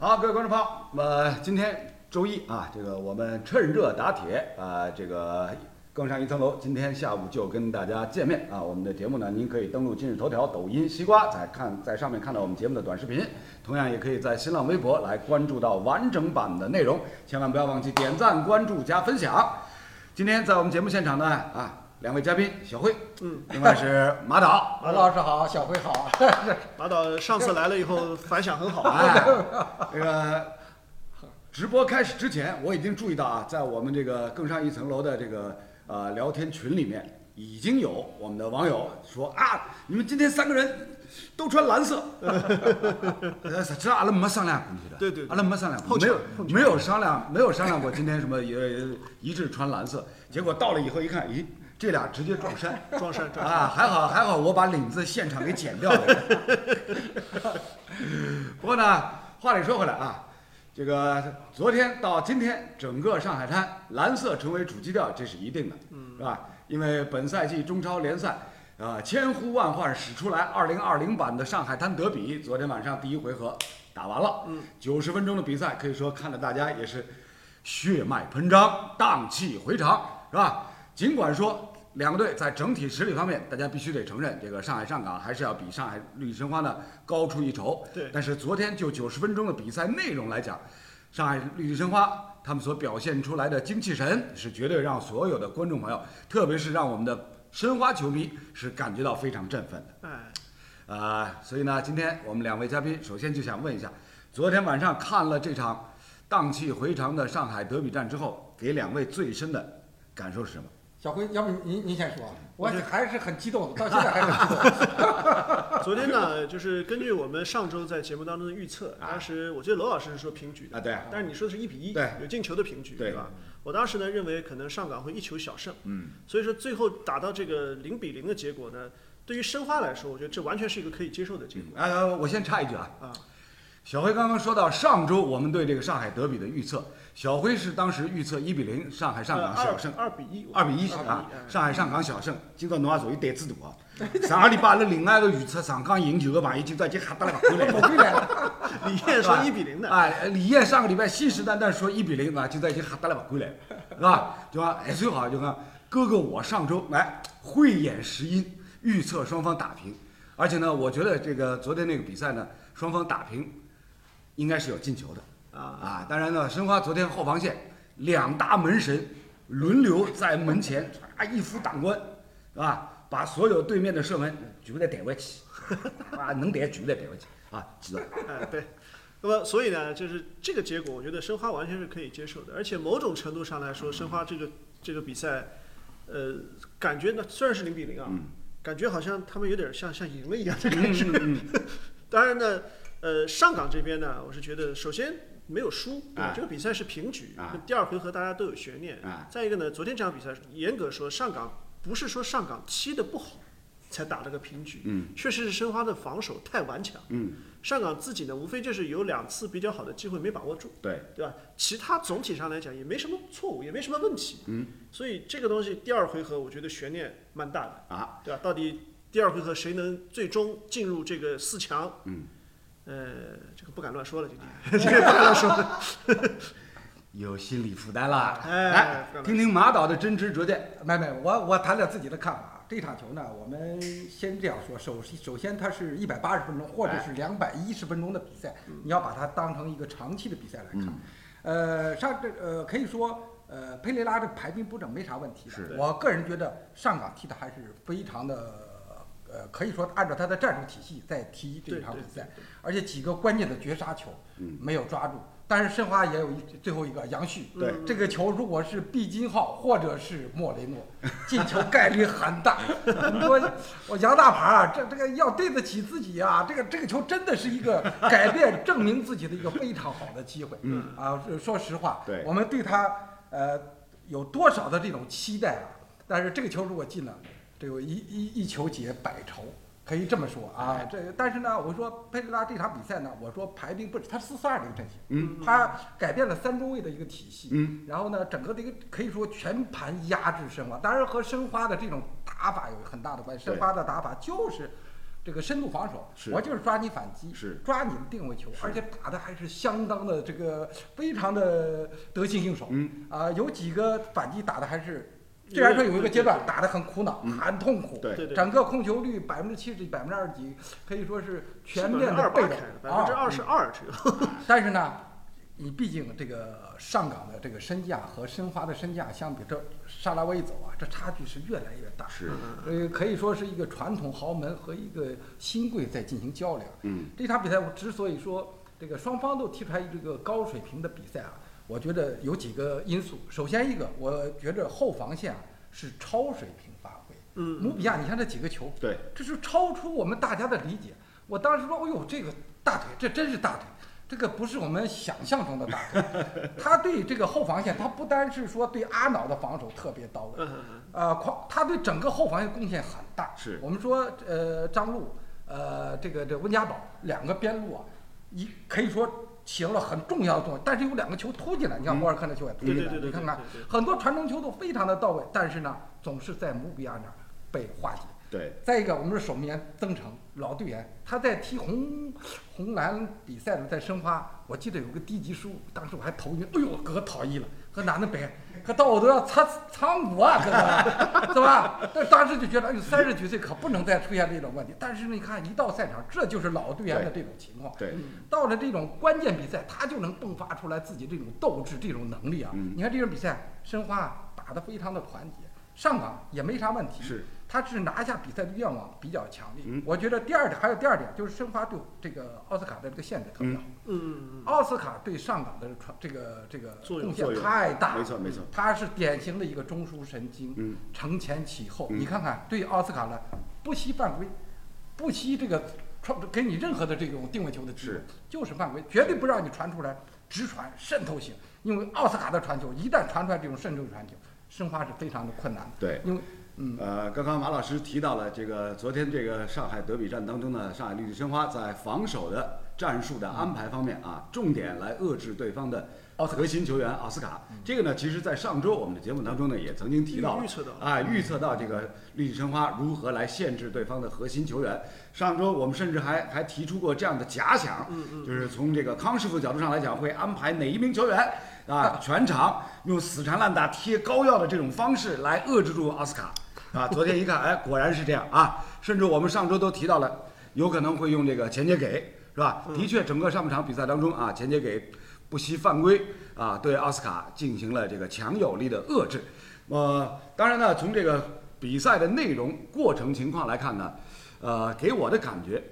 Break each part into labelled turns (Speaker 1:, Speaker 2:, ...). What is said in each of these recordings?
Speaker 1: 好，各位观众朋友，那、么今天周一啊，这个我们趁热打铁啊，这个更上一层楼。今天下午就跟大家见面啊。我们的节目呢，您可以登录今日头条、抖音、西瓜，在看在上面看到我们节目的短视频，同样也可以在新浪微博来关注到完整版的内容。千万不要忘记点赞、关注、加分享。今天在我们节目现场呢，啊，两位嘉宾小辉，嗯，另外是马导，
Speaker 2: 马老师好，小辉好，
Speaker 3: 马导上次来了以后反响很好啊，
Speaker 1: 哎， 这个直播开始之前，我已经注意到啊，在我们这个更上一层楼的这个呃聊天群里面，已经有我们的网友说啊，你们今天三个人都穿蓝 色，呃这阿拉没商量过去的，
Speaker 3: 对对对
Speaker 1: 阿拉没商量过，没有没有商量，没有商量过今天什么也一致穿蓝色，结果到了以后一看，咦，这俩直接撞衫。
Speaker 3: 撞衫撞
Speaker 1: 啊，还好还好，我把领子现场给剪掉了。不过呢，话里说回来啊，这个昨天到今天，整个上海滩蓝色成为主基调，这是一定的，是吧？因为本赛季中超联赛。啊，千呼万唤始出来，二零二零版的上海滩德比，昨天晚上第一回合打完了，九十分钟的比赛，可以说看得大家也是血脉喷张，荡气回肠，是吧？尽管说两个队在整体实力方面，大家必须得承认，这个上海上港还是要比上海绿申花呢高出一筹。
Speaker 3: 对
Speaker 1: 但是昨天就九十分钟的比赛内容来讲，上海绿申花他们所表现出来的精气神是绝对让所有的观众朋友，特别是让我们的申花球迷是感觉到非常振奋的。
Speaker 3: 哎，
Speaker 1: 呃，所以呢，今天我们两位嘉宾首先就想问一下，昨天晚上看了这场荡气回肠的上海德比战之后，给两位最深的感受是什么？
Speaker 2: 小辉，要不您您先说，啊我还是很激动的，到现在还很激动。
Speaker 3: 哎昨天呢，就是根据我们上周在节目当中的预测，当时我记得罗老师是说平局
Speaker 1: 啊
Speaker 3: 的，
Speaker 1: 对啊
Speaker 3: 但是你说的是一比一，
Speaker 1: 对
Speaker 3: 有进球的平局，
Speaker 1: 对
Speaker 3: 吧？我当时呢认为可能上港会一球小胜，
Speaker 1: 嗯，
Speaker 3: 所以说最后打到这个零比零的结果呢，对于申花来说，我觉得这完全是一个可以接受的结果。
Speaker 1: 呃，我先插一句啊，
Speaker 3: 啊，
Speaker 1: 小辉刚刚说到上周我们对这个上海德比的预测，小辉是当时预测一比零上海上港小胜，
Speaker 3: 呃二比一，
Speaker 1: 呃二比一
Speaker 3: 2
Speaker 1: 啊，
Speaker 3: 哎
Speaker 1: 上海上港小胜，今朝侬也属于对子大啊。上个礼拜阿拉另外一个预测上港赢球的朋友，今朝已经吓得来不回来了。
Speaker 2: 回来了，
Speaker 3: 李艳
Speaker 1: 是吧
Speaker 3: 说一比零的，
Speaker 1: 哎，李艳上个礼拜信誓旦旦说一比零啊，现在已经吓得来不归来了，是吧？对吧？哎，最好就看哥哥我上周来慧眼识英，预测双方打平，而且呢，我觉得这个昨天那个比赛呢，双方打平，应该是有进球的
Speaker 3: 啊
Speaker 1: 当然呢，申花昨天后防线两大门神轮流在门前啊一夫当关，是吧？把所有对面的射门全部来弹回去，啊，能弹全部来弹回去啊，记得。
Speaker 3: 哎，对。那么，所以呢，就是这个结果，我觉得申花完全是可以接受的，而且某种程度上来说，申花这个这个比赛，呃，感觉呢虽然是零比零啊，感觉好像他们有点像像赢了一样的感觉。 当然呢，呃，上港这边呢，我是觉得首先没有输，对吧？
Speaker 1: 啊
Speaker 3: 这个比赛是平局，
Speaker 1: 啊
Speaker 3: 那么第二回合大家都有悬念。
Speaker 1: 啊
Speaker 3: 再一个呢，昨天这场比赛，严格说上港不是说上港踢的不好才打了个平局，
Speaker 1: 嗯，
Speaker 3: 确实是申花的防守太顽强，
Speaker 1: 嗯，
Speaker 3: 上港自己呢，无非就是有两次比较好的机会没把握住，
Speaker 1: 对，
Speaker 3: 对吧？其他总体上来讲也没什么错误，也没什么问题，嗯，所以这个东西第二回合我觉得悬念蛮大的，
Speaker 1: 啊，
Speaker 3: 对吧？到底第二回合谁能最终进入这个四强？嗯，呃，这个不敢乱说了，今天 这个不敢乱说了。
Speaker 1: 有心理负担啦。
Speaker 3: 哎
Speaker 1: 来
Speaker 3: 不敢
Speaker 1: 听听马导的真知灼见。
Speaker 2: 没没，我我谈点自己的看法。啊这场球呢，我们先这样说，首首先它是一百八十分钟或者是两百一十分钟的比赛，你要把它当成一个长期的比赛来看。呃，上这呃可以说呃佩雷拉这个排兵布阵没啥问题的。
Speaker 1: 是
Speaker 2: 我个人觉得上港踢的还是非常的。呃，可以说按照他的战术体系在踢这
Speaker 3: 对
Speaker 2: 场比
Speaker 3: 对
Speaker 2: 赛，而且几个关键的绝杀球
Speaker 1: 嗯
Speaker 2: 没有抓住，但是申花也有一最后一个杨旭，
Speaker 1: 对
Speaker 2: 这个球如果是毕金浩或者是莫雷诺，进球概率 很大。你说我杨大牌啊，这这个要对得起自己啊，这个这个球真的是一个改变、证明自己的一个非常好的机会。嗯啊，说说实话，
Speaker 1: 对
Speaker 2: 我们对他呃有多少的这种期待啊？但是这个球如果进了，这个一一一球解百愁。可以这么说啊，这但是呢，我说佩雷拉这场比赛呢，我说排兵布阵，他四四二这个阵型，嗯，他改变了三中卫的一个体系，嗯，然后呢，整个的一个可以说全盘压制申花，当然和申花的这种打法有很大的关系，
Speaker 1: 对
Speaker 2: 申花的打法就是。这个深度防守，
Speaker 4: 是
Speaker 2: 我就是抓你反击，
Speaker 4: 是
Speaker 2: 抓你的定位球，
Speaker 4: 是
Speaker 2: 而且打的还是相当的这个非常的得心应手。
Speaker 4: 嗯
Speaker 2: 啊、有几个反击打的还是，
Speaker 3: 有
Speaker 2: 虽然说有一个阶段
Speaker 3: 对对对
Speaker 2: 打的很苦恼、
Speaker 4: 嗯
Speaker 2: 很痛苦，
Speaker 4: 对
Speaker 3: 对对，
Speaker 2: 整个控球率百分之七十几、百分之二十几，可以说是全面
Speaker 3: 二
Speaker 2: 的被
Speaker 3: 八
Speaker 2: 动啊
Speaker 3: 开的，百分之二十二只有。
Speaker 2: 但是呢，你毕竟这个上港的这个身价和申花的身价相比，这沙拉威走啊，这差距是越来越大。
Speaker 4: 是，
Speaker 2: 呃，可以说是一个传统豪门和一个新贵在进行较量。
Speaker 4: 嗯
Speaker 2: 这场比赛我之所以说这个双方都踢出来这个高水平的比赛啊，我觉得有几个因素。首先一个，我觉着后防线啊是超水平发挥。
Speaker 3: 嗯
Speaker 2: 姆比亚，你看这几个球，
Speaker 4: 对，
Speaker 2: 这是超出我们大家的理解。我当时说，哎呦，这个大腿，这真是大腿，这个不是我们想象中的大腿。 他对这个后防线，他不单是说对阿瑙的防守特别到位，
Speaker 3: 嗯嗯嗯
Speaker 2: 呃，狂他对整个后防线贡献很大。
Speaker 4: 是
Speaker 2: 我们说，呃，张路，呃，这个这温家宝两个边路啊，一可以说起到了很重要的作用。但是有两个球突进来，你看
Speaker 4: 嗯
Speaker 2: 博尔克那球也突
Speaker 3: 对
Speaker 2: 进
Speaker 3: 对
Speaker 2: 来，
Speaker 3: 对对
Speaker 2: 你看看
Speaker 3: 对对对
Speaker 2: 很多传中球都非常的到位，但是呢，总是在姆比亚那儿被化解。
Speaker 4: 对，
Speaker 2: 再一个，我们的守门员曾诚，老队员，他在踢红红蓝比赛的时候，在申花，我记得有个低级失误，当时我还头晕，哎呦，可讨厌了，可哪能白，可到我都要擦苍骨啊，可是吧？但当时就觉得，哎呦，三十几岁可不能再出现这种问题。但是你看，一到赛场，这就是老队员的这种情况。
Speaker 4: 对，
Speaker 2: 到了这种关键比赛，他就能迸发出来自己这种斗志、这种能力啊！
Speaker 4: 嗯
Speaker 2: 你看这种比赛，申花啊打得非常的团结，上港也没啥问题，
Speaker 4: 是，
Speaker 2: 他只是拿下比赛的愿望比较强烈。
Speaker 4: 嗯
Speaker 2: 我觉得第二点还有第二点就是申花对这个奥斯卡的这个限制特别好，
Speaker 3: 嗯嗯
Speaker 2: 奥斯卡对上港的传这个这个
Speaker 3: 作用
Speaker 2: 贡
Speaker 4: 作
Speaker 2: 献
Speaker 4: 用
Speaker 2: 太大了，
Speaker 4: 没错没错
Speaker 2: 他是典型的一个中枢神经，
Speaker 4: 嗯
Speaker 2: 承前启后。
Speaker 4: 嗯
Speaker 2: 你看看，对奥斯卡呢，不惜犯规，不惜这个传给你任何的这种定位球的机会
Speaker 4: 是，
Speaker 2: 就是犯规，绝对不让你传出来直传渗透型。因为奥斯卡的传球一旦传出来这种渗透传球，申花是非常的困难的。
Speaker 4: 对
Speaker 2: 因为嗯，
Speaker 4: 呃，刚刚马老师提到了这个昨天这个上海德比战当中呢，上海绿地申花在防守的战术的安排方面啊，重点来遏制对方的
Speaker 2: 奥斯卡
Speaker 4: 核心球员奥斯卡。这个呢，其实在上周我们的节目当中呢，也曾经提到了
Speaker 3: 预预测到了
Speaker 4: 啊，预测到这个绿地申花如何来限制对方的核心球员。上周我们甚至还还提出过这样的假想，
Speaker 3: 嗯
Speaker 4: 就是从这个康师傅角度上来讲，会安排哪一名球员啊，全场用死缠烂打、贴膏药的这种方式来遏制住奥斯卡。啊，昨天一看，哎，果然是这样啊！甚至我们上周都提到了，有可能会用这个钱杰给，是吧？的确，整个上半场比赛当中啊，钱杰给不惜犯规啊，对奥斯卡进行了这个强有力的遏制。呃，当然呢，从这个比赛的内容、过程情况来看呢，呃，给我的感觉，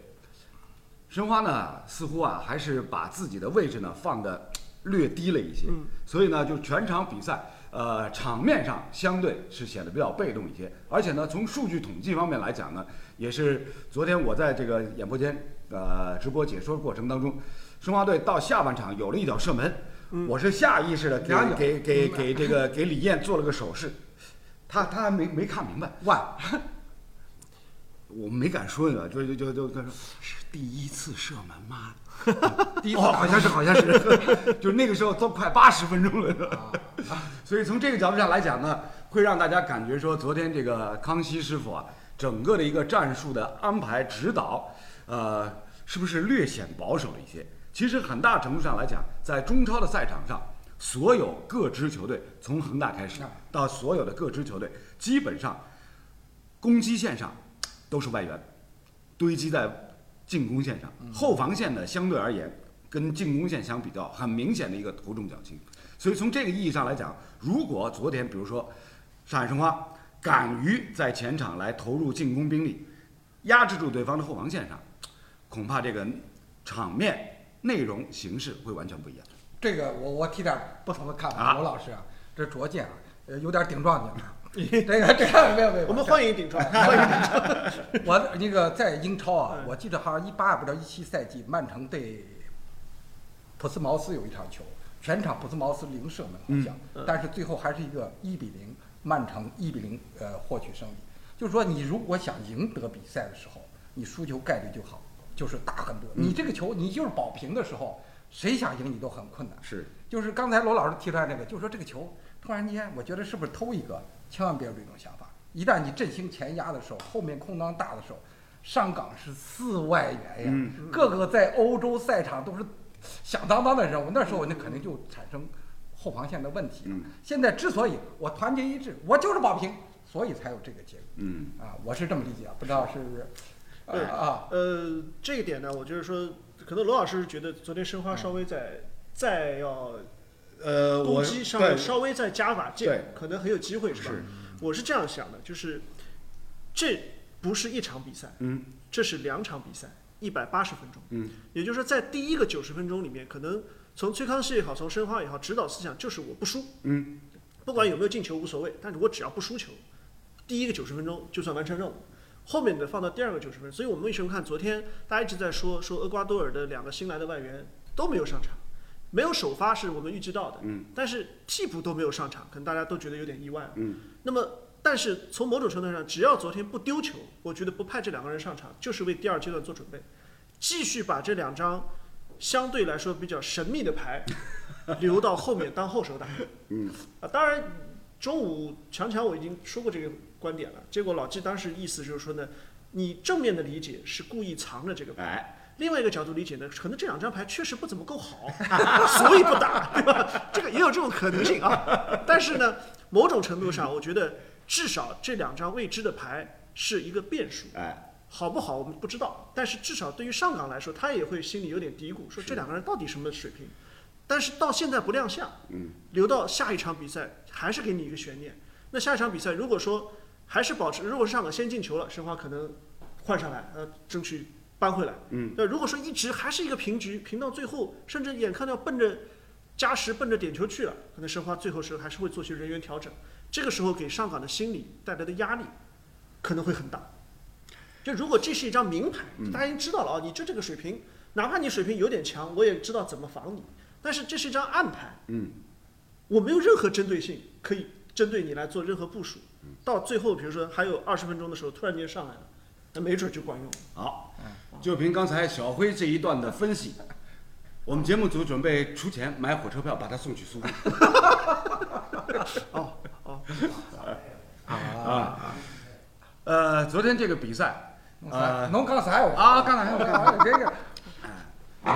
Speaker 4: 申花呢似乎啊还是把自己的位置呢放的略低了一些，所以呢就全场比赛呃场面上相对是显得比较被动一些，而且呢从数据统计方面来讲呢，也是昨天我在这个演播间呃直播解说过程当中，申花队到下半场有了一脚射门，我是下意识的给
Speaker 2: 两脚
Speaker 4: 给给给这个给李艳做了个手势，他他还没没看明白，
Speaker 2: 万
Speaker 4: 我没敢说呢，就就就就他说是第一次射门吗？
Speaker 2: 第一次
Speaker 4: 哦，好
Speaker 2: 打
Speaker 4: 像是，好像是， 就是那个时候都快八十分钟了，啊所以从这个角度上来讲呢，会让大家感觉说，昨天这个康熙师傅啊，整个的一个战术的安排指导，呃，是不是略显保守了一些？其实很大程度上来讲，在中超的赛场上，所有各支球队从恒大开始
Speaker 2: 啊
Speaker 4: 到所有的各支球队，基本上攻击线上都是外援，堆积在进攻线上，
Speaker 1: 嗯
Speaker 4: 后防线呢相对而言跟进攻线相比较，很明显的一个头重脚轻。所以从这个意义上来讲，如果昨天比如说上海申花敢于在前场来投入进攻兵力，压制住对方的后防线上，恐怕这个场面内容形式会完全不一样。
Speaker 2: 这个我我提点不同的看法。
Speaker 4: 啊
Speaker 2: 罗老师啊，这拙见啊，呃，有点顶撞你了。 这个这个没有没有，
Speaker 3: 我们欢迎顶 撞，欢迎顶撞。
Speaker 2: 我那个在英超啊，
Speaker 3: 嗯
Speaker 2: 我记得好像一八不知道一七赛季，曼城对普斯茅斯有一场球，全场普斯茅斯零射门好像，
Speaker 3: 嗯嗯
Speaker 2: 但是最后还是一个一比零，曼城一比零呃获取胜利。就是说，你如果想赢得比赛的时候，你输球概率就好，就是大很多。你这个球，你就是保平的时候，谁想赢你都很困难。
Speaker 4: 是
Speaker 2: 就是刚才罗老师提出来那个，就是说这个球突然间，我觉得是不是偷一个？千万别有这种想法。一旦你振兴前压的时候，后面空档大的时候，上港是四万元呀，
Speaker 1: 嗯
Speaker 2: 各个在欧洲赛场都是响当当的人物。那时候那肯定就产生后防线的问题了。
Speaker 1: 嗯
Speaker 2: 现在之所以我团结一致，我就是保平，所以才有这个结果
Speaker 1: 嗯
Speaker 2: 啊，我是这么理解，不知道是不是？
Speaker 3: 对
Speaker 2: 啊啊，
Speaker 3: 呃，这一点呢，我就是说，可能罗老师觉得昨天申花稍微再
Speaker 4: 嗯
Speaker 3: 再要
Speaker 1: 呃，
Speaker 3: 攻
Speaker 1: 我
Speaker 3: 击上
Speaker 1: 对
Speaker 3: 面稍微再加把劲
Speaker 1: 对，
Speaker 3: 可能很有机会是吧？
Speaker 1: 是
Speaker 3: 我是这样想的，就是这不是一场比赛，
Speaker 1: 嗯
Speaker 3: 这是两场比赛，一百八十分钟。
Speaker 1: 嗯，
Speaker 3: 也就是说，在第一个九十分钟里面，可能从崔康熙也好，从申花也好，指导思想就是我不输，
Speaker 1: 嗯，
Speaker 3: 不管有没有进球无所谓，但是我只要不输球，第一个九十分钟就算完成任务。后面的放到第二个九十分，所以我们为什么看昨天大家一直在说说厄瓜多尔的两个新来的外援都没有上场，没有首发是我们预知到的，
Speaker 1: 嗯，
Speaker 3: 但是替补都没有上场，可能大家都觉得有点意外，啊
Speaker 1: 嗯，
Speaker 3: 那么。但是从某种程度上，只要昨天不丢球，我觉得不派这两个人上场，就是为第二阶段做准备，继续把这两张相对来说比较神秘的 牌留到后面当后手打。
Speaker 1: 嗯
Speaker 3: 啊，当然中午强强我已经说过这个观点了。结果老季当时意思就是说呢，你正面的理解是故意藏着这个牌，
Speaker 1: 哎，
Speaker 3: 另外一个角度理解呢，可能这两张牌确实不怎么够好， 所以不打，对吧？这个也有这种可能性啊。但是呢，某种程度上，我觉得至少这两张未知的牌是一个变数。
Speaker 1: 哎，
Speaker 3: 好不好我们不知道，但是至少对于上港来说，他也会心里有点嘀咕，说这两个人到底什么水平？但是到现在不亮相，
Speaker 1: 嗯，
Speaker 3: 留到下一场比赛还是给你一个悬念。那下一场比赛如果说还是保持，如果上港先进球了，申花可能换上来，呃，争取扳回来。
Speaker 1: 嗯，
Speaker 3: 那如果说一直还是一个平局，平到最后，甚至眼看要奔着加时、奔着点球去了，可能申花最后时候还是会做些人员调整。这个时候给上港的心理带来的压力可能会很大。就如果这是一张名牌，
Speaker 1: 嗯
Speaker 3: 大家已经知道了啊，你就这个水平，哪怕你水平有点强，我也知道怎么防你。但是这是一张暗牌，
Speaker 1: 嗯，
Speaker 3: 我没有任何针对性可以针对你来做任何部署。
Speaker 1: 嗯
Speaker 3: 到最后，比如说还有二十分钟的时候，突然间上来了，那没准就管用了。
Speaker 1: 好，就凭刚才小辉这一段的分析，我们节目组准备出钱买火车票把他送去苏黎世
Speaker 3: 哦哦，
Speaker 1: 啊。呃，昨天这个比赛，
Speaker 2: 侬
Speaker 1: 呃
Speaker 2: 啥，侬讲啥话
Speaker 1: 啊讲啥闲话
Speaker 2: 啊这个
Speaker 4: 人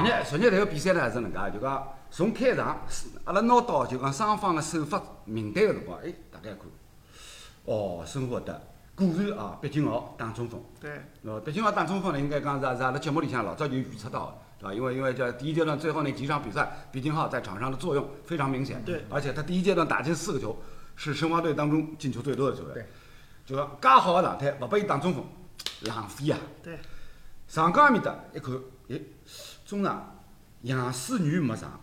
Speaker 4: 家人家迭个比赛呢是搿能介，就讲从开场，阿拉拿到就讲双方的首发名单个辰光，哎，大概看，哦，申获得果然啊，毕金鳌打中锋，
Speaker 3: 对，
Speaker 4: 喏，毕金鳌打中锋呢，应该讲是是阿拉节目里向老早就预测到的，对伐？因为因为叫第一阶段最后那几场比赛，毕金浩在场上的作用非常明显，
Speaker 3: 对
Speaker 4: 而且他第一阶段打进四个球，是申花队当中进球最多的球员，
Speaker 2: 对，
Speaker 4: 就讲介好个状态，勿拨伊打中锋，浪费啊！
Speaker 3: 对，
Speaker 4: 上江埃面搭一看，诶，中场杨思雨没上，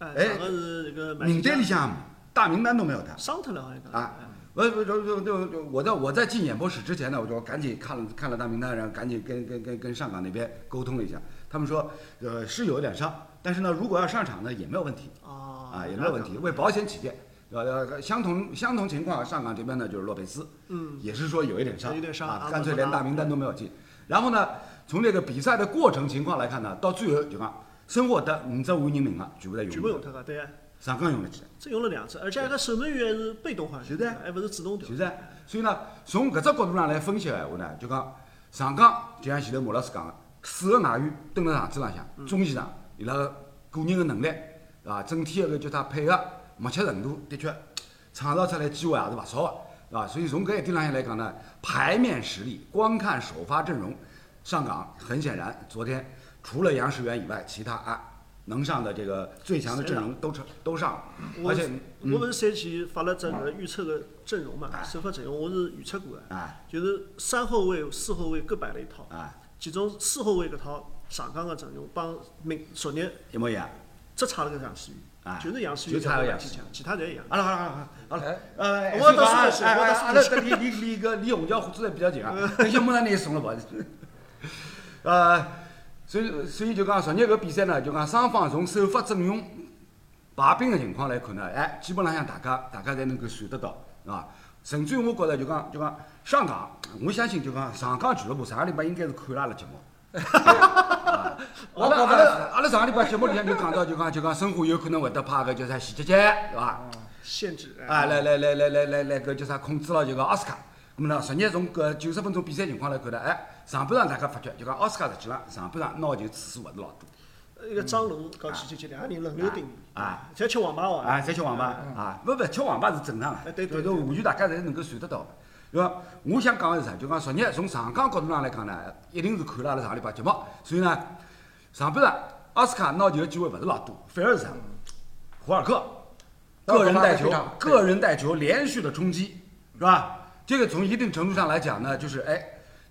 Speaker 3: 哎，
Speaker 4: 哎
Speaker 3: 上个是一个买
Speaker 4: 名
Speaker 3: 家
Speaker 4: 单里向也没，大名单都没有他。
Speaker 3: 桑特勒好像哎打
Speaker 4: 啊，我我我我我我在我在进演播室之前呢，我就赶紧看了看了大名单，然后赶紧跟跟跟跟上港那边沟通了一下，他们说，呃，是有点伤，但是呢，如果要上场呢，也没有问题
Speaker 3: 哦
Speaker 4: 啊，也没有问题，为保险起见，呃，相同相同情况，上港这边呢就是洛佩斯，
Speaker 3: 嗯，
Speaker 4: 也是说有一点伤，
Speaker 3: 有一点伤
Speaker 4: 啊
Speaker 3: 啊，
Speaker 4: 干脆连大名单都没有进。然后呢，从这个比赛的过程情况来看呢，到最后就讲，申获得五十五人名额全部在
Speaker 3: 全部
Speaker 4: 用
Speaker 3: 用，脱个，对啊，
Speaker 4: 上港用了几个。
Speaker 3: 这用了两次，而且那个守门员是被动换人，
Speaker 4: 是的
Speaker 3: 还不是主动调。
Speaker 4: 现在，所以呢，从搿只角度上来分析个闲话呢，就讲上港就像前头马老师讲个，四个外援蹲辣场子浪向，中前场伊拉个个人个能力啊，整体个叫他配合默契程度，的确创造出来机会也是勿少个，啊，所以从搿一点浪向来讲呢，牌面实力，光看首发阵容，上港很显然昨天除了杨世元以外，其他啊能上的这个最强的阵容都上都上了，
Speaker 3: 我
Speaker 4: 而且嗯
Speaker 3: 我们赛前发了这个预测的阵容嘛，首发阵容我是预测过的，
Speaker 4: 啊
Speaker 3: 就是三后卫、四后卫各摆了一套，
Speaker 4: 啊
Speaker 3: 其中四后卫搿套上港个阵容帮明昨日
Speaker 4: 一模一样。
Speaker 3: 只差了个杨思雨
Speaker 4: 啊，
Speaker 3: 就是杨思雨
Speaker 4: 就差
Speaker 3: 和
Speaker 4: 了
Speaker 3: 杨
Speaker 4: 杨
Speaker 3: 继
Speaker 4: 思啊
Speaker 3: 强，其他侪一样。
Speaker 4: 好了好了好了好了，呃，
Speaker 3: 我到
Speaker 4: 哎
Speaker 3: 苏州去
Speaker 4: 哎
Speaker 3: 我到
Speaker 4: 哎阿拉离离离个离虹桥火车站比较近啊，
Speaker 3: 嗯
Speaker 4: 等下马上拿伊送了跑。呃，所以所以就讲昨日搿比赛呢，就讲双方从首发阵容排兵的情况来看呢，哎，基本浪向大家大家侪能够算得到，啊，甚至于我觉着就讲就讲上港，我相信就讲上港俱乐部上个礼拜应该是看了阿拉节 目。啊阿拉阿拉阿拉上个礼拜节目里向就讲到，就讲就讲申花有可能会得派个叫啥徐杰杰，对伐？
Speaker 3: 限制
Speaker 4: 啊，来来呃来来来来来，搿叫啥控制了就个奥斯卡。咁么呢，昨日从搿九十分钟比赛情况来看呢，哎，上半场大家发觉，就讲奥斯卡实际上上半场拿球次数勿是老多
Speaker 3: 一个张龙搞起就两个人轮流顶，
Speaker 4: 嗯啊
Speaker 3: 侪吃黄牌哦。
Speaker 4: 啊，侪吃黄牌啊，勿勿吃黄牌是正常
Speaker 3: 哎
Speaker 4: 个，
Speaker 3: 对对
Speaker 4: 就是
Speaker 3: 对
Speaker 4: 完全大家侪能够算得到的。对伐？我想讲个是啥？就讲昨日从上港角度上来讲呢，一定是看了阿拉上个礼拜节目，所以呢，上半场奥斯卡拿球的机会勿是老多，反而是啥？胡尔克个人带球
Speaker 2: 非常，
Speaker 4: 个人带球连续的冲击，是吧？这个从一定程度上来讲呢，就是哎，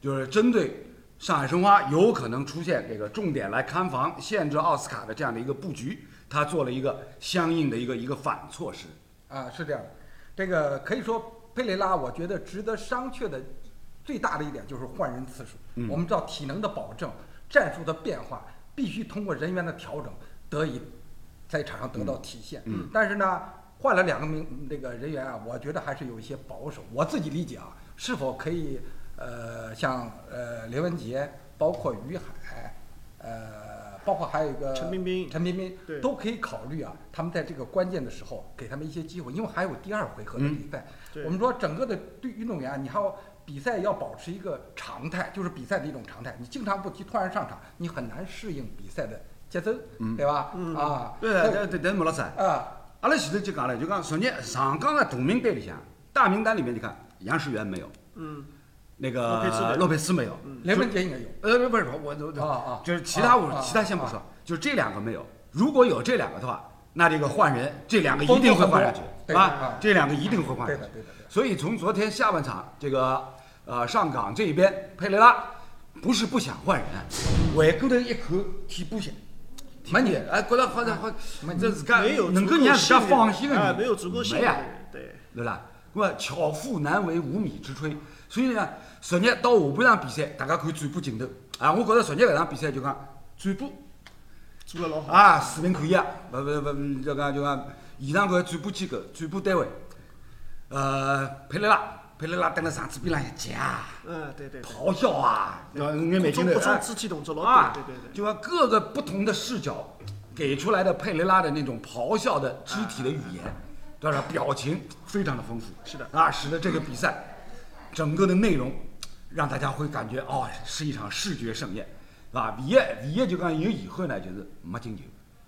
Speaker 4: 就是针对上海申花有可能出现这个重点来看防、限制奥斯卡的这样的一个布局，他做了一个相应的一个一个反措施。
Speaker 2: 啊，是这样的，这个可以说佩雷拉，我觉得值得商榷的最大的一点就是换人次数。
Speaker 3: 嗯
Speaker 2: 我们知道体能的保证、战术的变化，必须通过人员的调整得以在场上得
Speaker 3: 嗯
Speaker 2: 到体现。但是呢，换了两个名这个人员啊，我觉得还是有一些保守。我自己理解啊，是否可以呃，像呃刘文杰，包括于海，呃，包括还有一个
Speaker 3: 陈彬彬
Speaker 2: 陈彬彬
Speaker 3: 对
Speaker 2: 都可以考虑啊，他们在这个关键的时候给他们一些机会，因为还有第二回合的比
Speaker 4: 嗯
Speaker 2: 赛。
Speaker 3: 对
Speaker 2: 我们说整个的对运动员啊，你还要比赛要保持一个常态，就是比赛的一种常态。你经常不踢，突然上场，你很难适应比赛的节奏，对吧？啊，
Speaker 4: 嗯对
Speaker 2: 所以
Speaker 4: 对对，对，穆老师，
Speaker 2: 啊，
Speaker 4: 阿拉前头就讲了，就讲昨日上港的大名单里向，大名单里面你看杨世元没有，
Speaker 3: 嗯，
Speaker 4: 那
Speaker 3: 洛佩兹没
Speaker 4: 个
Speaker 3: 有
Speaker 4: 洛佩斯没有，
Speaker 2: 梁文杰应该有。
Speaker 4: 呃，不是，我我
Speaker 2: 啊啊
Speaker 4: 就是其他我
Speaker 2: 啊啊
Speaker 4: 其他先不
Speaker 2: 啊
Speaker 4: 说，就这两个没有。如果有这两个的话，那这个换人，这两个一定会换上去，
Speaker 2: 对的
Speaker 4: 吧
Speaker 2: 啊？
Speaker 4: 这两个一定会换上去
Speaker 2: 对的对的对。的
Speaker 4: 所以从昨天下半场这个呃上港这一边，佩雷拉不是不想换人，回过头一看替补席，没人，哎，觉得好像好
Speaker 2: 没，
Speaker 4: 这自家
Speaker 3: 没有
Speaker 4: 能
Speaker 3: 足
Speaker 4: 够
Speaker 3: 够
Speaker 4: 让自
Speaker 3: 信
Speaker 4: 家
Speaker 3: 任
Speaker 4: 放心的
Speaker 3: 哎
Speaker 4: 人，
Speaker 3: 没有足够信
Speaker 4: 没
Speaker 3: 任
Speaker 4: 呀
Speaker 3: 的人，对。
Speaker 4: 对啦？那么巧妇难为无米之炊，所以呢，昨日到下半场比赛，大家看转播镜头啊，我觉着昨日搿场比赛就讲转播
Speaker 3: 做了老好。
Speaker 4: 啊，水平可以啊，勿勿勿，就讲就讲现场搿转播机构、转播单位，呃，佩雷拉，佩雷拉蹲辣场子边浪一夹啊，
Speaker 3: 嗯，对对对。
Speaker 4: 咆哮啊，对吧？眼眉
Speaker 3: 各
Speaker 4: 镜
Speaker 3: 种
Speaker 4: 头
Speaker 3: 各种
Speaker 4: 哎
Speaker 3: 肢体动作
Speaker 4: 啊
Speaker 3: 老，对对对对。
Speaker 4: 就说各个不同的视角给出来的佩雷拉的那种咆哮的肢体的语言，当然表情非常的丰富，
Speaker 3: 是的
Speaker 4: 啊，使得这个比赛整个的内容让大家会感觉哦，是一场视觉盛宴，啊，唯一唯一就讲有遗憾呢，就是没进球，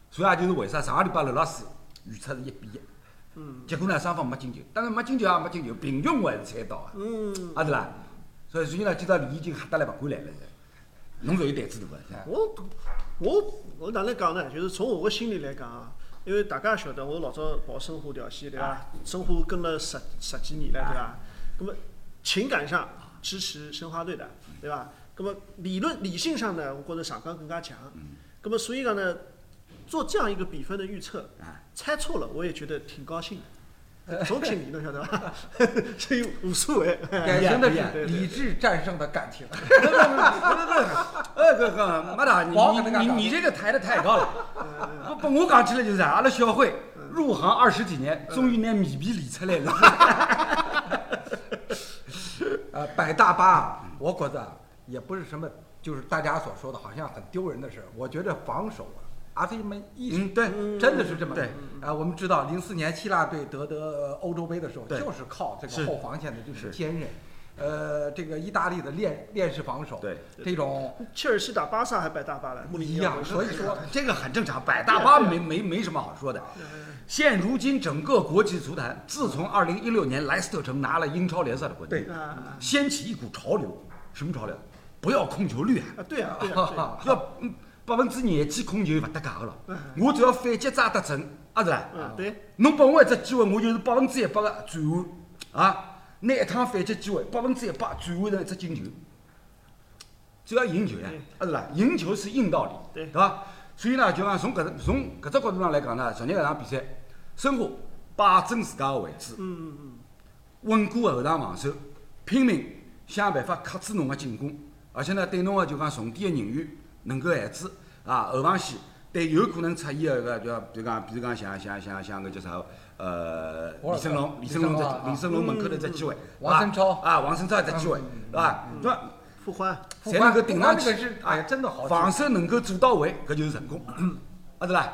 Speaker 4: 所以也就是为啥上个礼拜刘老师预测是一比一。嗯，结果呢，双方没进球，当然没进球也没进球，平均我还是猜到啊，嗯，啊对啦，所以所以呢，今朝李已经吓得来不敢来了，现在侬属于胆子大的，现在
Speaker 3: 我我我哪能讲呢？就是从我个心里来讲啊，因为大家晓得我老早跑申花调戏对伐？
Speaker 2: 啊
Speaker 3: 申花跟了十十几年了对伐？那么情感上支持申花队的对伐？那么理论理性上呢，我觉得上港更加强。
Speaker 2: 嗯
Speaker 3: 那么所以讲呢，做这样一个比分的预测
Speaker 4: 啊，
Speaker 3: 猜错了我也觉得挺高兴 的，总挺你侬晓得伐？ 所以无所谓。
Speaker 2: 典型的
Speaker 4: 不一样
Speaker 2: 是理智战胜的感情。
Speaker 4: 呃，搿搿没嗯大，
Speaker 2: 王可
Speaker 4: 你
Speaker 2: 能
Speaker 4: 你
Speaker 2: 干
Speaker 4: 你
Speaker 2: 啥
Speaker 4: 你这个抬得太高了。不不，我讲起来就是啥，阿拉小辉入行二十几年，终于拿米皮理出来了。
Speaker 2: 呃，摆大巴啊，我觉着啊也不是什么，就是大家所说的好像很丢人的事儿。我觉着防守啊，阿飞们意识、
Speaker 4: 嗯对
Speaker 2: 真的是这么
Speaker 4: 对
Speaker 2: 啊、我们知道零四年希腊队得得呃欧洲杯的时候，
Speaker 4: 对
Speaker 2: 就是靠这
Speaker 4: 是
Speaker 2: 个后防线的这
Speaker 4: 是
Speaker 2: 种坚韧，呃，这个意大利的链链式防守，
Speaker 4: 对
Speaker 2: 这种
Speaker 3: 切尔西打巴萨还摆大巴了，穆里
Speaker 2: 一
Speaker 3: 尼奥
Speaker 2: 样，所以说。
Speaker 4: 这个很正常，摆啊大巴没没没什么好说的。现如今整个国际足坛，自从二零一六年莱斯特城拿了英超联赛的冠军
Speaker 2: 对，
Speaker 3: 啊
Speaker 4: 掀起一股潮流。什么潮流？不要控球率啊！
Speaker 3: 啊，对啊，对啊，对啊
Speaker 4: 要嗯百分之廿几控球勿搭界个咯。我只要反击抓得准，啊是啦。
Speaker 3: 嗯，对。
Speaker 4: 侬拨我一只机会，我就是百分之一百个转换啊！拿一趟反击机会，百分之一百转换成一只进球，只要赢球呀，啊是啦，赢球是硬道理，
Speaker 3: 对
Speaker 4: 吧？所以呢，就讲从搿只从搿只角度上来讲呢，昨日搿场比赛，申花摆正自家个位置，嗯嗯嗯，稳固个后场防守，拼命想办法克制侬个进攻，而且呢，对侬个就讲重点个人员能够限制啊，后防线对有可能出现个搿个，就讲比如讲像像像像搿叫啥呃，
Speaker 2: 博尔特
Speaker 4: 李成龙，李
Speaker 2: 李
Speaker 4: 成
Speaker 2: 成
Speaker 4: 龙
Speaker 2: 龙
Speaker 4: 这
Speaker 2: 啊
Speaker 4: 李成龙门口头只机会，
Speaker 2: 王
Speaker 4: 啊
Speaker 2: 申超
Speaker 4: 啊，王申超嗯只机会，对伐？对伐？
Speaker 3: 傅欢，
Speaker 2: 复
Speaker 4: 才能够
Speaker 2: 盘
Speaker 4: 顶
Speaker 2: 复盘
Speaker 4: 上去
Speaker 2: 这个是，哎呀，真的好
Speaker 4: 防守能够做到位，搿就是成功， 啊对啦。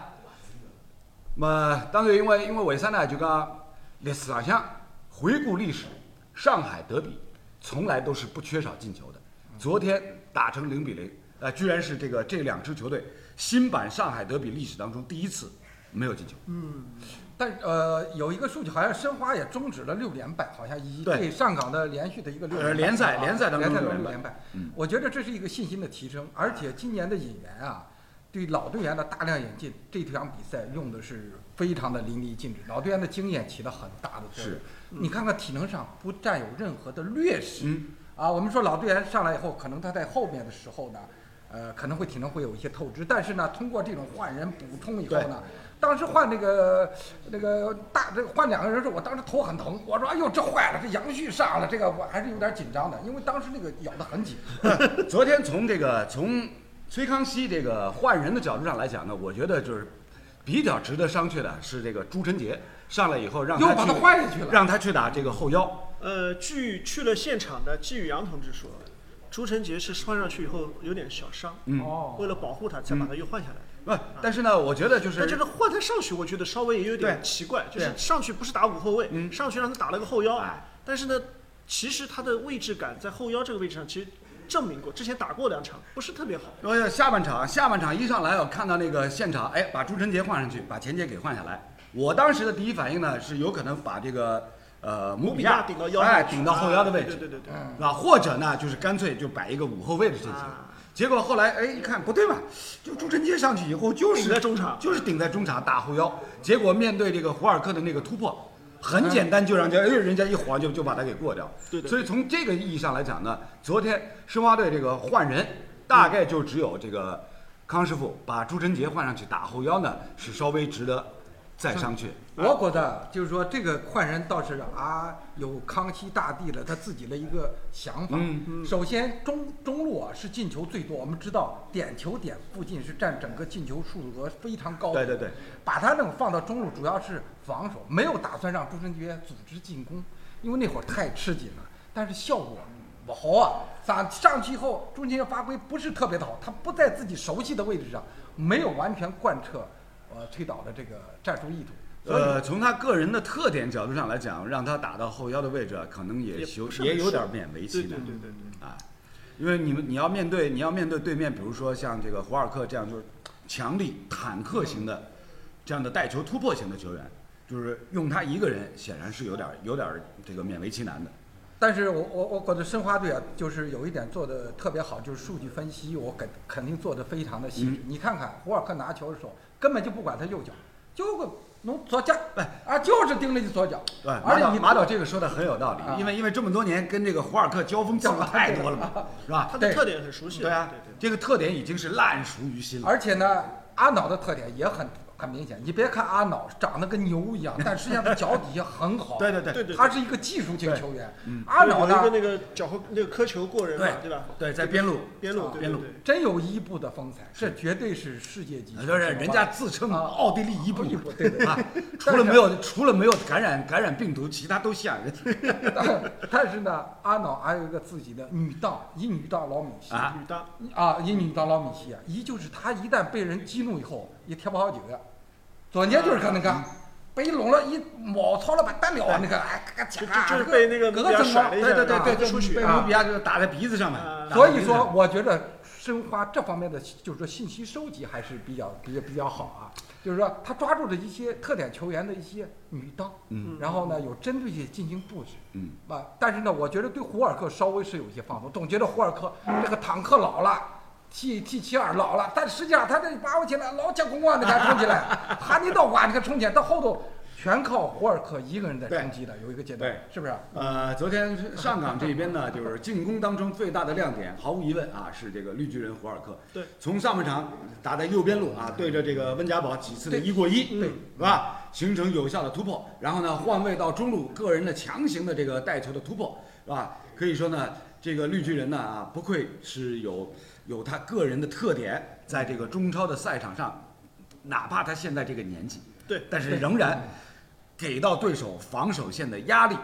Speaker 4: 么当然，因为因为为啥呢？就讲历史上向回顾历史，上海德比从来都是不缺少进球的，昨天打成零比零，呃，居然是这个这两支球队新版上海德比历史当中第一次没有进球。
Speaker 2: 但是呃，有一个数据，好像申花也终止了六连败，好像以
Speaker 4: 对
Speaker 2: 对上港的连续的一个六连败
Speaker 4: 呃联赛
Speaker 2: 啊
Speaker 4: 联赛当中
Speaker 2: 联赛
Speaker 4: 六
Speaker 2: 中
Speaker 4: 连败嗯
Speaker 2: 连败。我觉得这是一个信心的提升，而且今年的引援啊，对老队员的大量引进，这场比赛用的是非常的淋漓尽致，老队员的经验起了很大的作用
Speaker 4: 是。
Speaker 2: 你看看体能上不占有任何的劣势。
Speaker 4: 嗯
Speaker 2: 啊，我们说老队员上来以后，可能他在后面的时候呢，呃，可能会体能会有一些透支，但是呢，通过这种换人补充以后呢，当时换那个那个大这个换两个人时，候，我当时头很疼，我说哎呦这坏了，这杨旭上了，这个我还是有点紧张的，因为当时那个咬得很紧。
Speaker 4: 昨天从这个从崔康熙这个换人的角度上来讲呢，我觉得就是比较值得商榷的是这个朱晨杰上来以后让
Speaker 2: 又
Speaker 4: 啊他
Speaker 2: 把
Speaker 4: 去
Speaker 2: 他换下去了
Speaker 4: 让他去打这个后腰，
Speaker 3: 呃，据去了现场的季宇阳同志说，朱晨杰是换上去以后有点小伤，为
Speaker 2: 哦，
Speaker 3: 了保护他才把他又换下来。
Speaker 4: 不，呃但嗯是呢，我觉得就是
Speaker 3: 但这个换他上去，我觉得稍微也有点奇怪，就是上去不是打五后卫，上去让他打了个后腰
Speaker 4: 嗯哎，
Speaker 3: 但是呢，其实他的位置感在后腰这个位置上，其实证明过，之前打过两场，不是特别好。
Speaker 4: 呃，下半场，下半场一上来，我看到那个现场，哎，把朱晨杰换上去，把钱杰给换下来。我当时的第一反应呢，是有可能把这个呃姆
Speaker 3: 比
Speaker 4: 亚
Speaker 3: 亚顶到腰上去，
Speaker 4: 哎，顶到后腰的位置，
Speaker 3: 啊对对对对对，
Speaker 4: 是吧？或者呢，就是干脆就摆一个五后卫的阵型。
Speaker 3: 啊
Speaker 4: 结果后来，哎，一看不对嘛，就朱晨杰上去以后就是
Speaker 3: 顶在中场
Speaker 4: 就是顶在中场打后腰。结果面对这个胡尔克的那个突破，很简单就让人家，哎，人家一晃就就把他给过掉。
Speaker 3: 嗯对的
Speaker 4: 所以从这个意义上来讲呢，昨天申花队这个换人，大概就只有这个康师傅把朱晨杰换上去打后腰呢，是稍微值得再商榷。
Speaker 2: 我觉得就是说这个换人倒是啊有康熙大帝的他自己的一个想法。
Speaker 4: 嗯
Speaker 2: 首先中中路啊是进球最多，我们知道点球点附近是占整个进球数额非常高
Speaker 4: 对
Speaker 2: 的。
Speaker 4: 对对，
Speaker 2: 把他那种放到中路，主要是防守，没有打算让朱晨杰组织进攻，因为那会儿太吃紧了。但是效果不好啊，上上去以后，朱晨杰发挥不是特别的好，他不在自己熟悉的位置上，没有完全贯彻呃推导的这个战术意图。
Speaker 3: 嗯
Speaker 2: 所以
Speaker 4: 呃，从他个人的特点角度上来讲，让他打到后腰的位置啊，可能也
Speaker 3: 也
Speaker 4: 有
Speaker 3: 不是
Speaker 4: 也
Speaker 3: 很
Speaker 4: 有点
Speaker 3: 顺
Speaker 4: 勉为其
Speaker 3: 对
Speaker 4: 难。
Speaker 3: 对对对对。
Speaker 4: 啊，因为你们你要面对你要面对对面，比如说像这个胡尔克这样就是强力坦克型的这样的带球突破型的球员，就是用他一个人显然是有点有点这个勉为其难的。
Speaker 2: 但是我我我觉得申花队啊，就是有一点做的特别好，就是数据分析，我肯肯定做的非常的细
Speaker 4: 嗯
Speaker 2: 致。你看看胡尔克拿球的时候，根本就不管他右脚，就个弄左脚，啊，就是盯着你左脚。
Speaker 4: 对，马
Speaker 2: 而且
Speaker 4: 导
Speaker 2: 你
Speaker 4: 马导这个说的很有道理，
Speaker 2: 啊
Speaker 4: 因为因为这么多年跟这个胡尔克交锋次数太多了嘛，是吧？
Speaker 3: 他的
Speaker 2: 对
Speaker 3: 特点很熟悉，
Speaker 4: 对啊
Speaker 3: 对，
Speaker 4: 这个特点已经是烂熟于心了。
Speaker 2: 而且呢，阿瑙的特点也很很明显。你别看阿瑙长得跟牛一样，但实际上他脚底下很好。
Speaker 4: 对对对嗯
Speaker 3: 对对
Speaker 2: 他是一个技术型球员。
Speaker 3: 阿
Speaker 2: 阿瑙
Speaker 3: 一个
Speaker 2: 呢，
Speaker 3: 那个脚后那个磕球过人嘛，对吧？
Speaker 4: 对，在边路，
Speaker 3: 边路
Speaker 2: 啊，
Speaker 3: 对
Speaker 4: 边路
Speaker 3: 对对
Speaker 2: 真有伊布的风采，这绝对是世界级球员。
Speaker 4: 就是人家自称奥地利伊布，
Speaker 2: 伊布对对对
Speaker 4: 啊，除了没有除了没有感染感染病毒，其他都吓人。
Speaker 2: 但但是呢，阿瑙还有一个自己的女当，以女当老米西
Speaker 4: 啊
Speaker 3: 女当，
Speaker 2: 啊，以女当老米西啊，一就是他一旦被人激怒以后，也贴不好几个，左肩就是可
Speaker 3: 嗯
Speaker 2: 能干，被拢了一卯操了把单了，那个哎，嘎嘎
Speaker 3: 就就
Speaker 2: 夹
Speaker 3: 就是被那个
Speaker 2: 格
Speaker 3: 比较
Speaker 2: 子
Speaker 3: 甩了一下
Speaker 4: 对对对
Speaker 3: 啊
Speaker 4: 对，
Speaker 3: 就出去
Speaker 4: 被
Speaker 2: 啊
Speaker 4: 努比亚就是打在鼻子上面。
Speaker 3: 啊
Speaker 4: 打
Speaker 2: 所
Speaker 4: 在鼻
Speaker 2: 以
Speaker 4: 子上
Speaker 2: 说，，我觉得申花这方面的就是说信息收集还是比较比较比较好啊，就是说他抓住了一些特点球员的一些女当，
Speaker 4: 嗯
Speaker 2: 然后呢有针对性进行布置，
Speaker 4: 嗯，
Speaker 2: 啊，但是呢，我觉得对胡尔克稍微是有一些放松，总觉得胡尔克这个坦克老了。T T 七二老了，但实际上他这拔不起来，老抢攻啊，你看冲起来，哈尼道瓦你看冲起来，到后头全靠胡尔克一个人在冲击的，有一个阶段
Speaker 4: 对，
Speaker 2: 是不是？啊
Speaker 4: 呃，昨天上港这边呢，就是进攻当中最大的亮点，毫无疑问啊，是这个绿巨人胡尔克。
Speaker 3: 对，
Speaker 4: 从上半场打在右边路啊，对着这个温家宝几次的一过一，
Speaker 2: 对，
Speaker 4: 是吧？形成有效的突破，然后呢换位到中路，个人的强行的这个带球的突破，是吧？可以说呢，这个绿巨人呢啊，不愧是有有他个人的特点，在这个中超的赛场上，哪怕他现在这个年纪，
Speaker 3: 对
Speaker 4: 但是仍然给到对手防守线的压力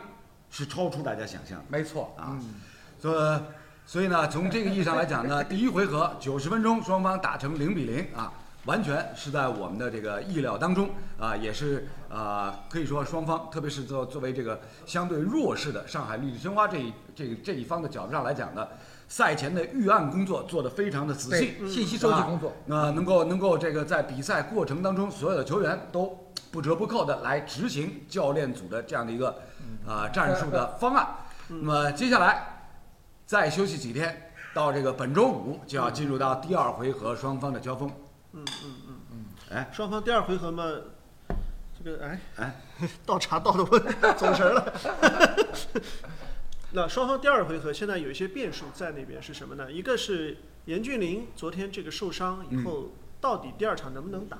Speaker 4: 是超出大家想象的。
Speaker 2: 没错
Speaker 4: 啊
Speaker 2: 嗯
Speaker 4: 所以 所以呢，从这个意义上来讲呢，第一回合九十分钟双方打成零比零啊，完全是在我们的这个意料当中啊、也是呃可以说双方，特别是作作为这个相对弱势的上海绿地申花这一这一这一方的角度上来讲呢，赛前的预案工作做得非常的仔细
Speaker 2: 对，嗯信息收集工作
Speaker 4: 啊那、能够能够这个在比赛过程当中，所有的球员都不折不扣的来执行教练组的这样的一个
Speaker 2: 嗯
Speaker 4: 啊、呃战术的方案。那么接下来再休息几天，到这个本周五就要进入到第二回合双方的交锋。
Speaker 3: 双方第二回合嘛，这个哎
Speaker 4: 哎，
Speaker 3: 倒茶倒的我走神儿了。那双方第二回合现在有一些变数在那边是什么呢？一个是严俊凌昨天这个受伤以后，到底第二场能不能打？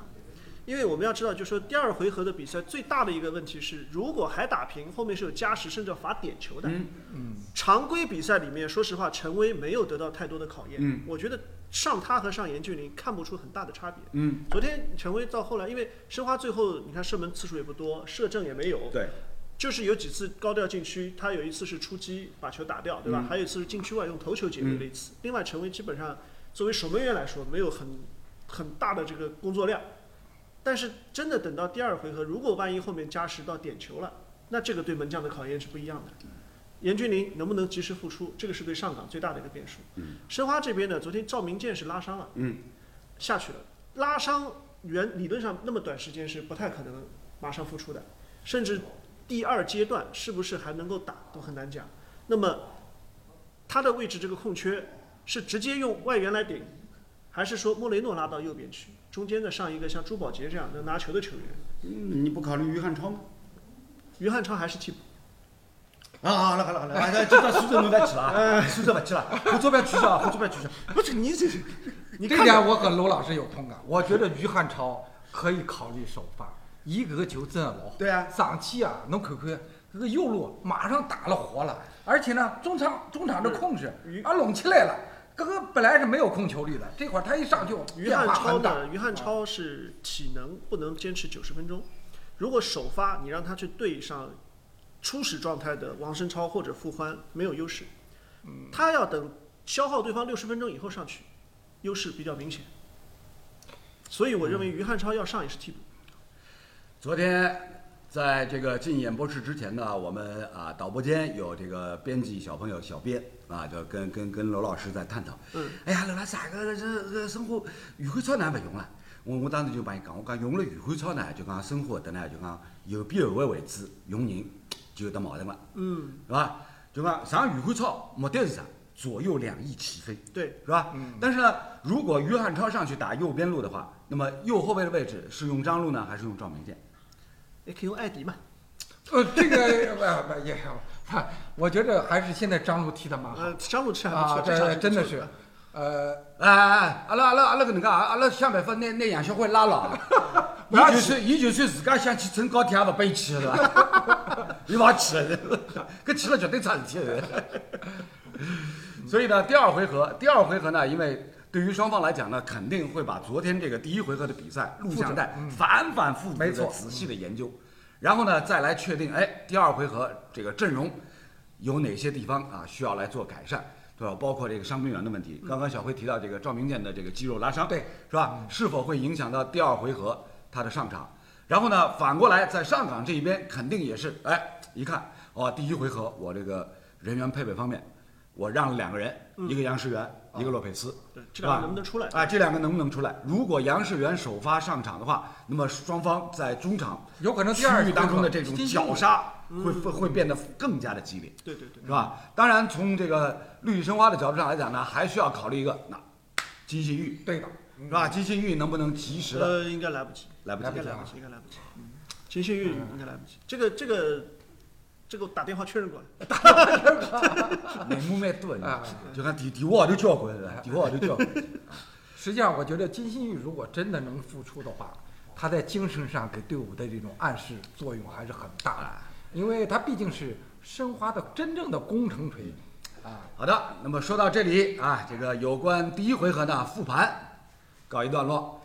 Speaker 3: 因为我们要知道，就是说第二回合的比赛最大的一个问题是，如果还打平，后面是有加时甚至要罚点球的。
Speaker 4: 嗯
Speaker 3: 常规比赛里面，说实话，陈威没有得到太多的考验。
Speaker 4: 嗯
Speaker 3: 我觉得上他和上严俊凌看不出很大的差别。
Speaker 4: 嗯，
Speaker 3: 昨天陈威到后来，因为申花最后你看射门次数也不多，射正也没有，
Speaker 4: 对，
Speaker 3: 就是有几次高调禁区，他有一次是出击把球打掉，对吧？还有一次是禁区外用头球解决了一次。另外，陈威基本上作为守门员来说，没有很很大的这个工作量。但是真的等到第二回合，如果万一后面加时到点球了，那这个对门将的考验是不一样的。严俊凌能不能及时复出，这个是对上港最大的一个变数。申花这边呢，昨天赵明剑是拉伤了，
Speaker 4: 嗯，
Speaker 3: 下去了。拉伤原理论上那么短时间是不太可能马上复出的，甚至第二阶段是不是还能够打都很难讲。那么他的位置这个空缺是直接用外援来顶，还是说莫雷诺拉到右边去，中间再上一个像朱宝杰这样能拿球的球员？
Speaker 1: 嗯你不考虑于汉超吗？
Speaker 3: 于汉超还是替补？
Speaker 4: 啊，好了好了好了，啊那今朝苏州侬勿去了啊，苏州勿去了， 火车票取消，
Speaker 2: 啊
Speaker 4: 火车票取消。
Speaker 3: 不是你这，你
Speaker 2: 这
Speaker 3: 看着
Speaker 2: 点我和娄老师有同感。我觉得于汉超可以考虑首发，一个个球真的老好。
Speaker 4: 对啊
Speaker 2: 上期啊，侬看看这个右路马上打了活了，而且呢，中场中场的控制
Speaker 3: 于
Speaker 2: 啊拢起来了。这个本来是没有控球力的，这会儿他一上就
Speaker 3: 于
Speaker 2: 变
Speaker 3: 汉
Speaker 2: 化
Speaker 3: 超
Speaker 2: 很大。
Speaker 3: 呢？于汉超是体能不能坚持九十分钟。如果首发你让他去对上初始状态的王申超或者傅欢，没有优势。他要等消耗对方六十分钟以后上去，优势比较明显。所以我认为于汉超要上也是替补。
Speaker 4: 昨天在这个进演播室之前呢，我们啊导播间有这个编辑小朋友小编啊，就跟跟跟娄老师在探讨。
Speaker 3: 嗯。
Speaker 4: 哎呀，娄老师啊，搿这搿申花余汉超呢勿用了。我我当时就帮伊讲，我讲用了余汉超呢，就讲申花搿搭呢，就讲右边后卫位置用人就有得矛盾了，
Speaker 3: 嗯，
Speaker 4: 是吧？就讲上余汉超目的是啥？左右两翼齐飞。
Speaker 3: 对，
Speaker 4: 是吧？但是呢，如果于汉超上去打右边路的话，那么右后卫的位置是用张路呢，还是用赵明剑？
Speaker 3: 也可以用艾迪嘛。
Speaker 2: 呃，这个呃不也，我觉得还是现在张璐踢的蛮好
Speaker 3: 呃，张路吃还不错，
Speaker 2: 啊，
Speaker 3: 这场
Speaker 2: 这
Speaker 3: 不
Speaker 2: 真的
Speaker 3: 错
Speaker 2: 是，呃，
Speaker 4: 哎哎哎，阿拉阿拉阿拉搿能介，阿阿拉想办法拿拿杨小辉拉牢。 伊就算伊就算自家想去乘高铁，也勿拨伊去了，是 吧？伊勿去了，搿去了绝对出事体了。嗯所以呢，第二回合，第二回合呢，因为对于双方来讲呢，肯定会把昨天这个第一回合的比赛录像带反反复复
Speaker 2: 没
Speaker 4: 的
Speaker 2: 错嗯
Speaker 4: 仔细的研究，然后呢，再来确定，哎，第二回合这个阵容有哪些地方啊需要来做改善，对吧？包括这个伤病员的问
Speaker 2: 嗯
Speaker 4: 题，刚刚小辉提到这个赵明剑的这个肌肉拉伤，对，是吧？是否会影响到第二回合他的上场？然后呢，反过来在上港这一边肯定也是，哎，一看哦，第一回合我这个人员配备方面，我让了两个人，
Speaker 2: 嗯
Speaker 4: 一个杨世元，
Speaker 2: 哦
Speaker 4: 一个洛佩斯，
Speaker 3: 对
Speaker 4: 是
Speaker 3: 这两个
Speaker 4: 吧
Speaker 3: 能不能出来
Speaker 4: 啊，这两个能不能出来？如果杨世元首发上场的话，那么双方在中场
Speaker 2: 有可能
Speaker 4: 区
Speaker 2: 第二
Speaker 4: 域
Speaker 2: 回
Speaker 4: 当中
Speaker 2: 合
Speaker 4: 的这种
Speaker 2: 金
Speaker 4: 绞
Speaker 2: 星
Speaker 4: 杀会会会变得更加的激烈。
Speaker 3: 对对对，
Speaker 4: 是吧？当然，从这个绿地申花的角度上来讲呢，还需要考虑一个，那金信玉
Speaker 2: 对的，
Speaker 4: 是吧？金信玉能不能及时的
Speaker 3: 呃，应该来不及。
Speaker 4: 嗯来不及
Speaker 3: 应该来
Speaker 4: 了
Speaker 3: 不？及，应该来不及。嗯，金信玉应该来不及。这个这个这个我打电话确认过了。
Speaker 4: 内幕蛮多的
Speaker 2: 啊，
Speaker 4: 就看第第五号头交关是吧？第五号头交关，
Speaker 2: 实际上，我觉得金星玉如果真的能复出的话，他在精神上给队伍的这种暗示作用还是很大的，因为他毕竟是申花的真正的工程锤，啊，
Speaker 4: 好的，那么说到这里啊，这个有关第一回合的复盘告一段落。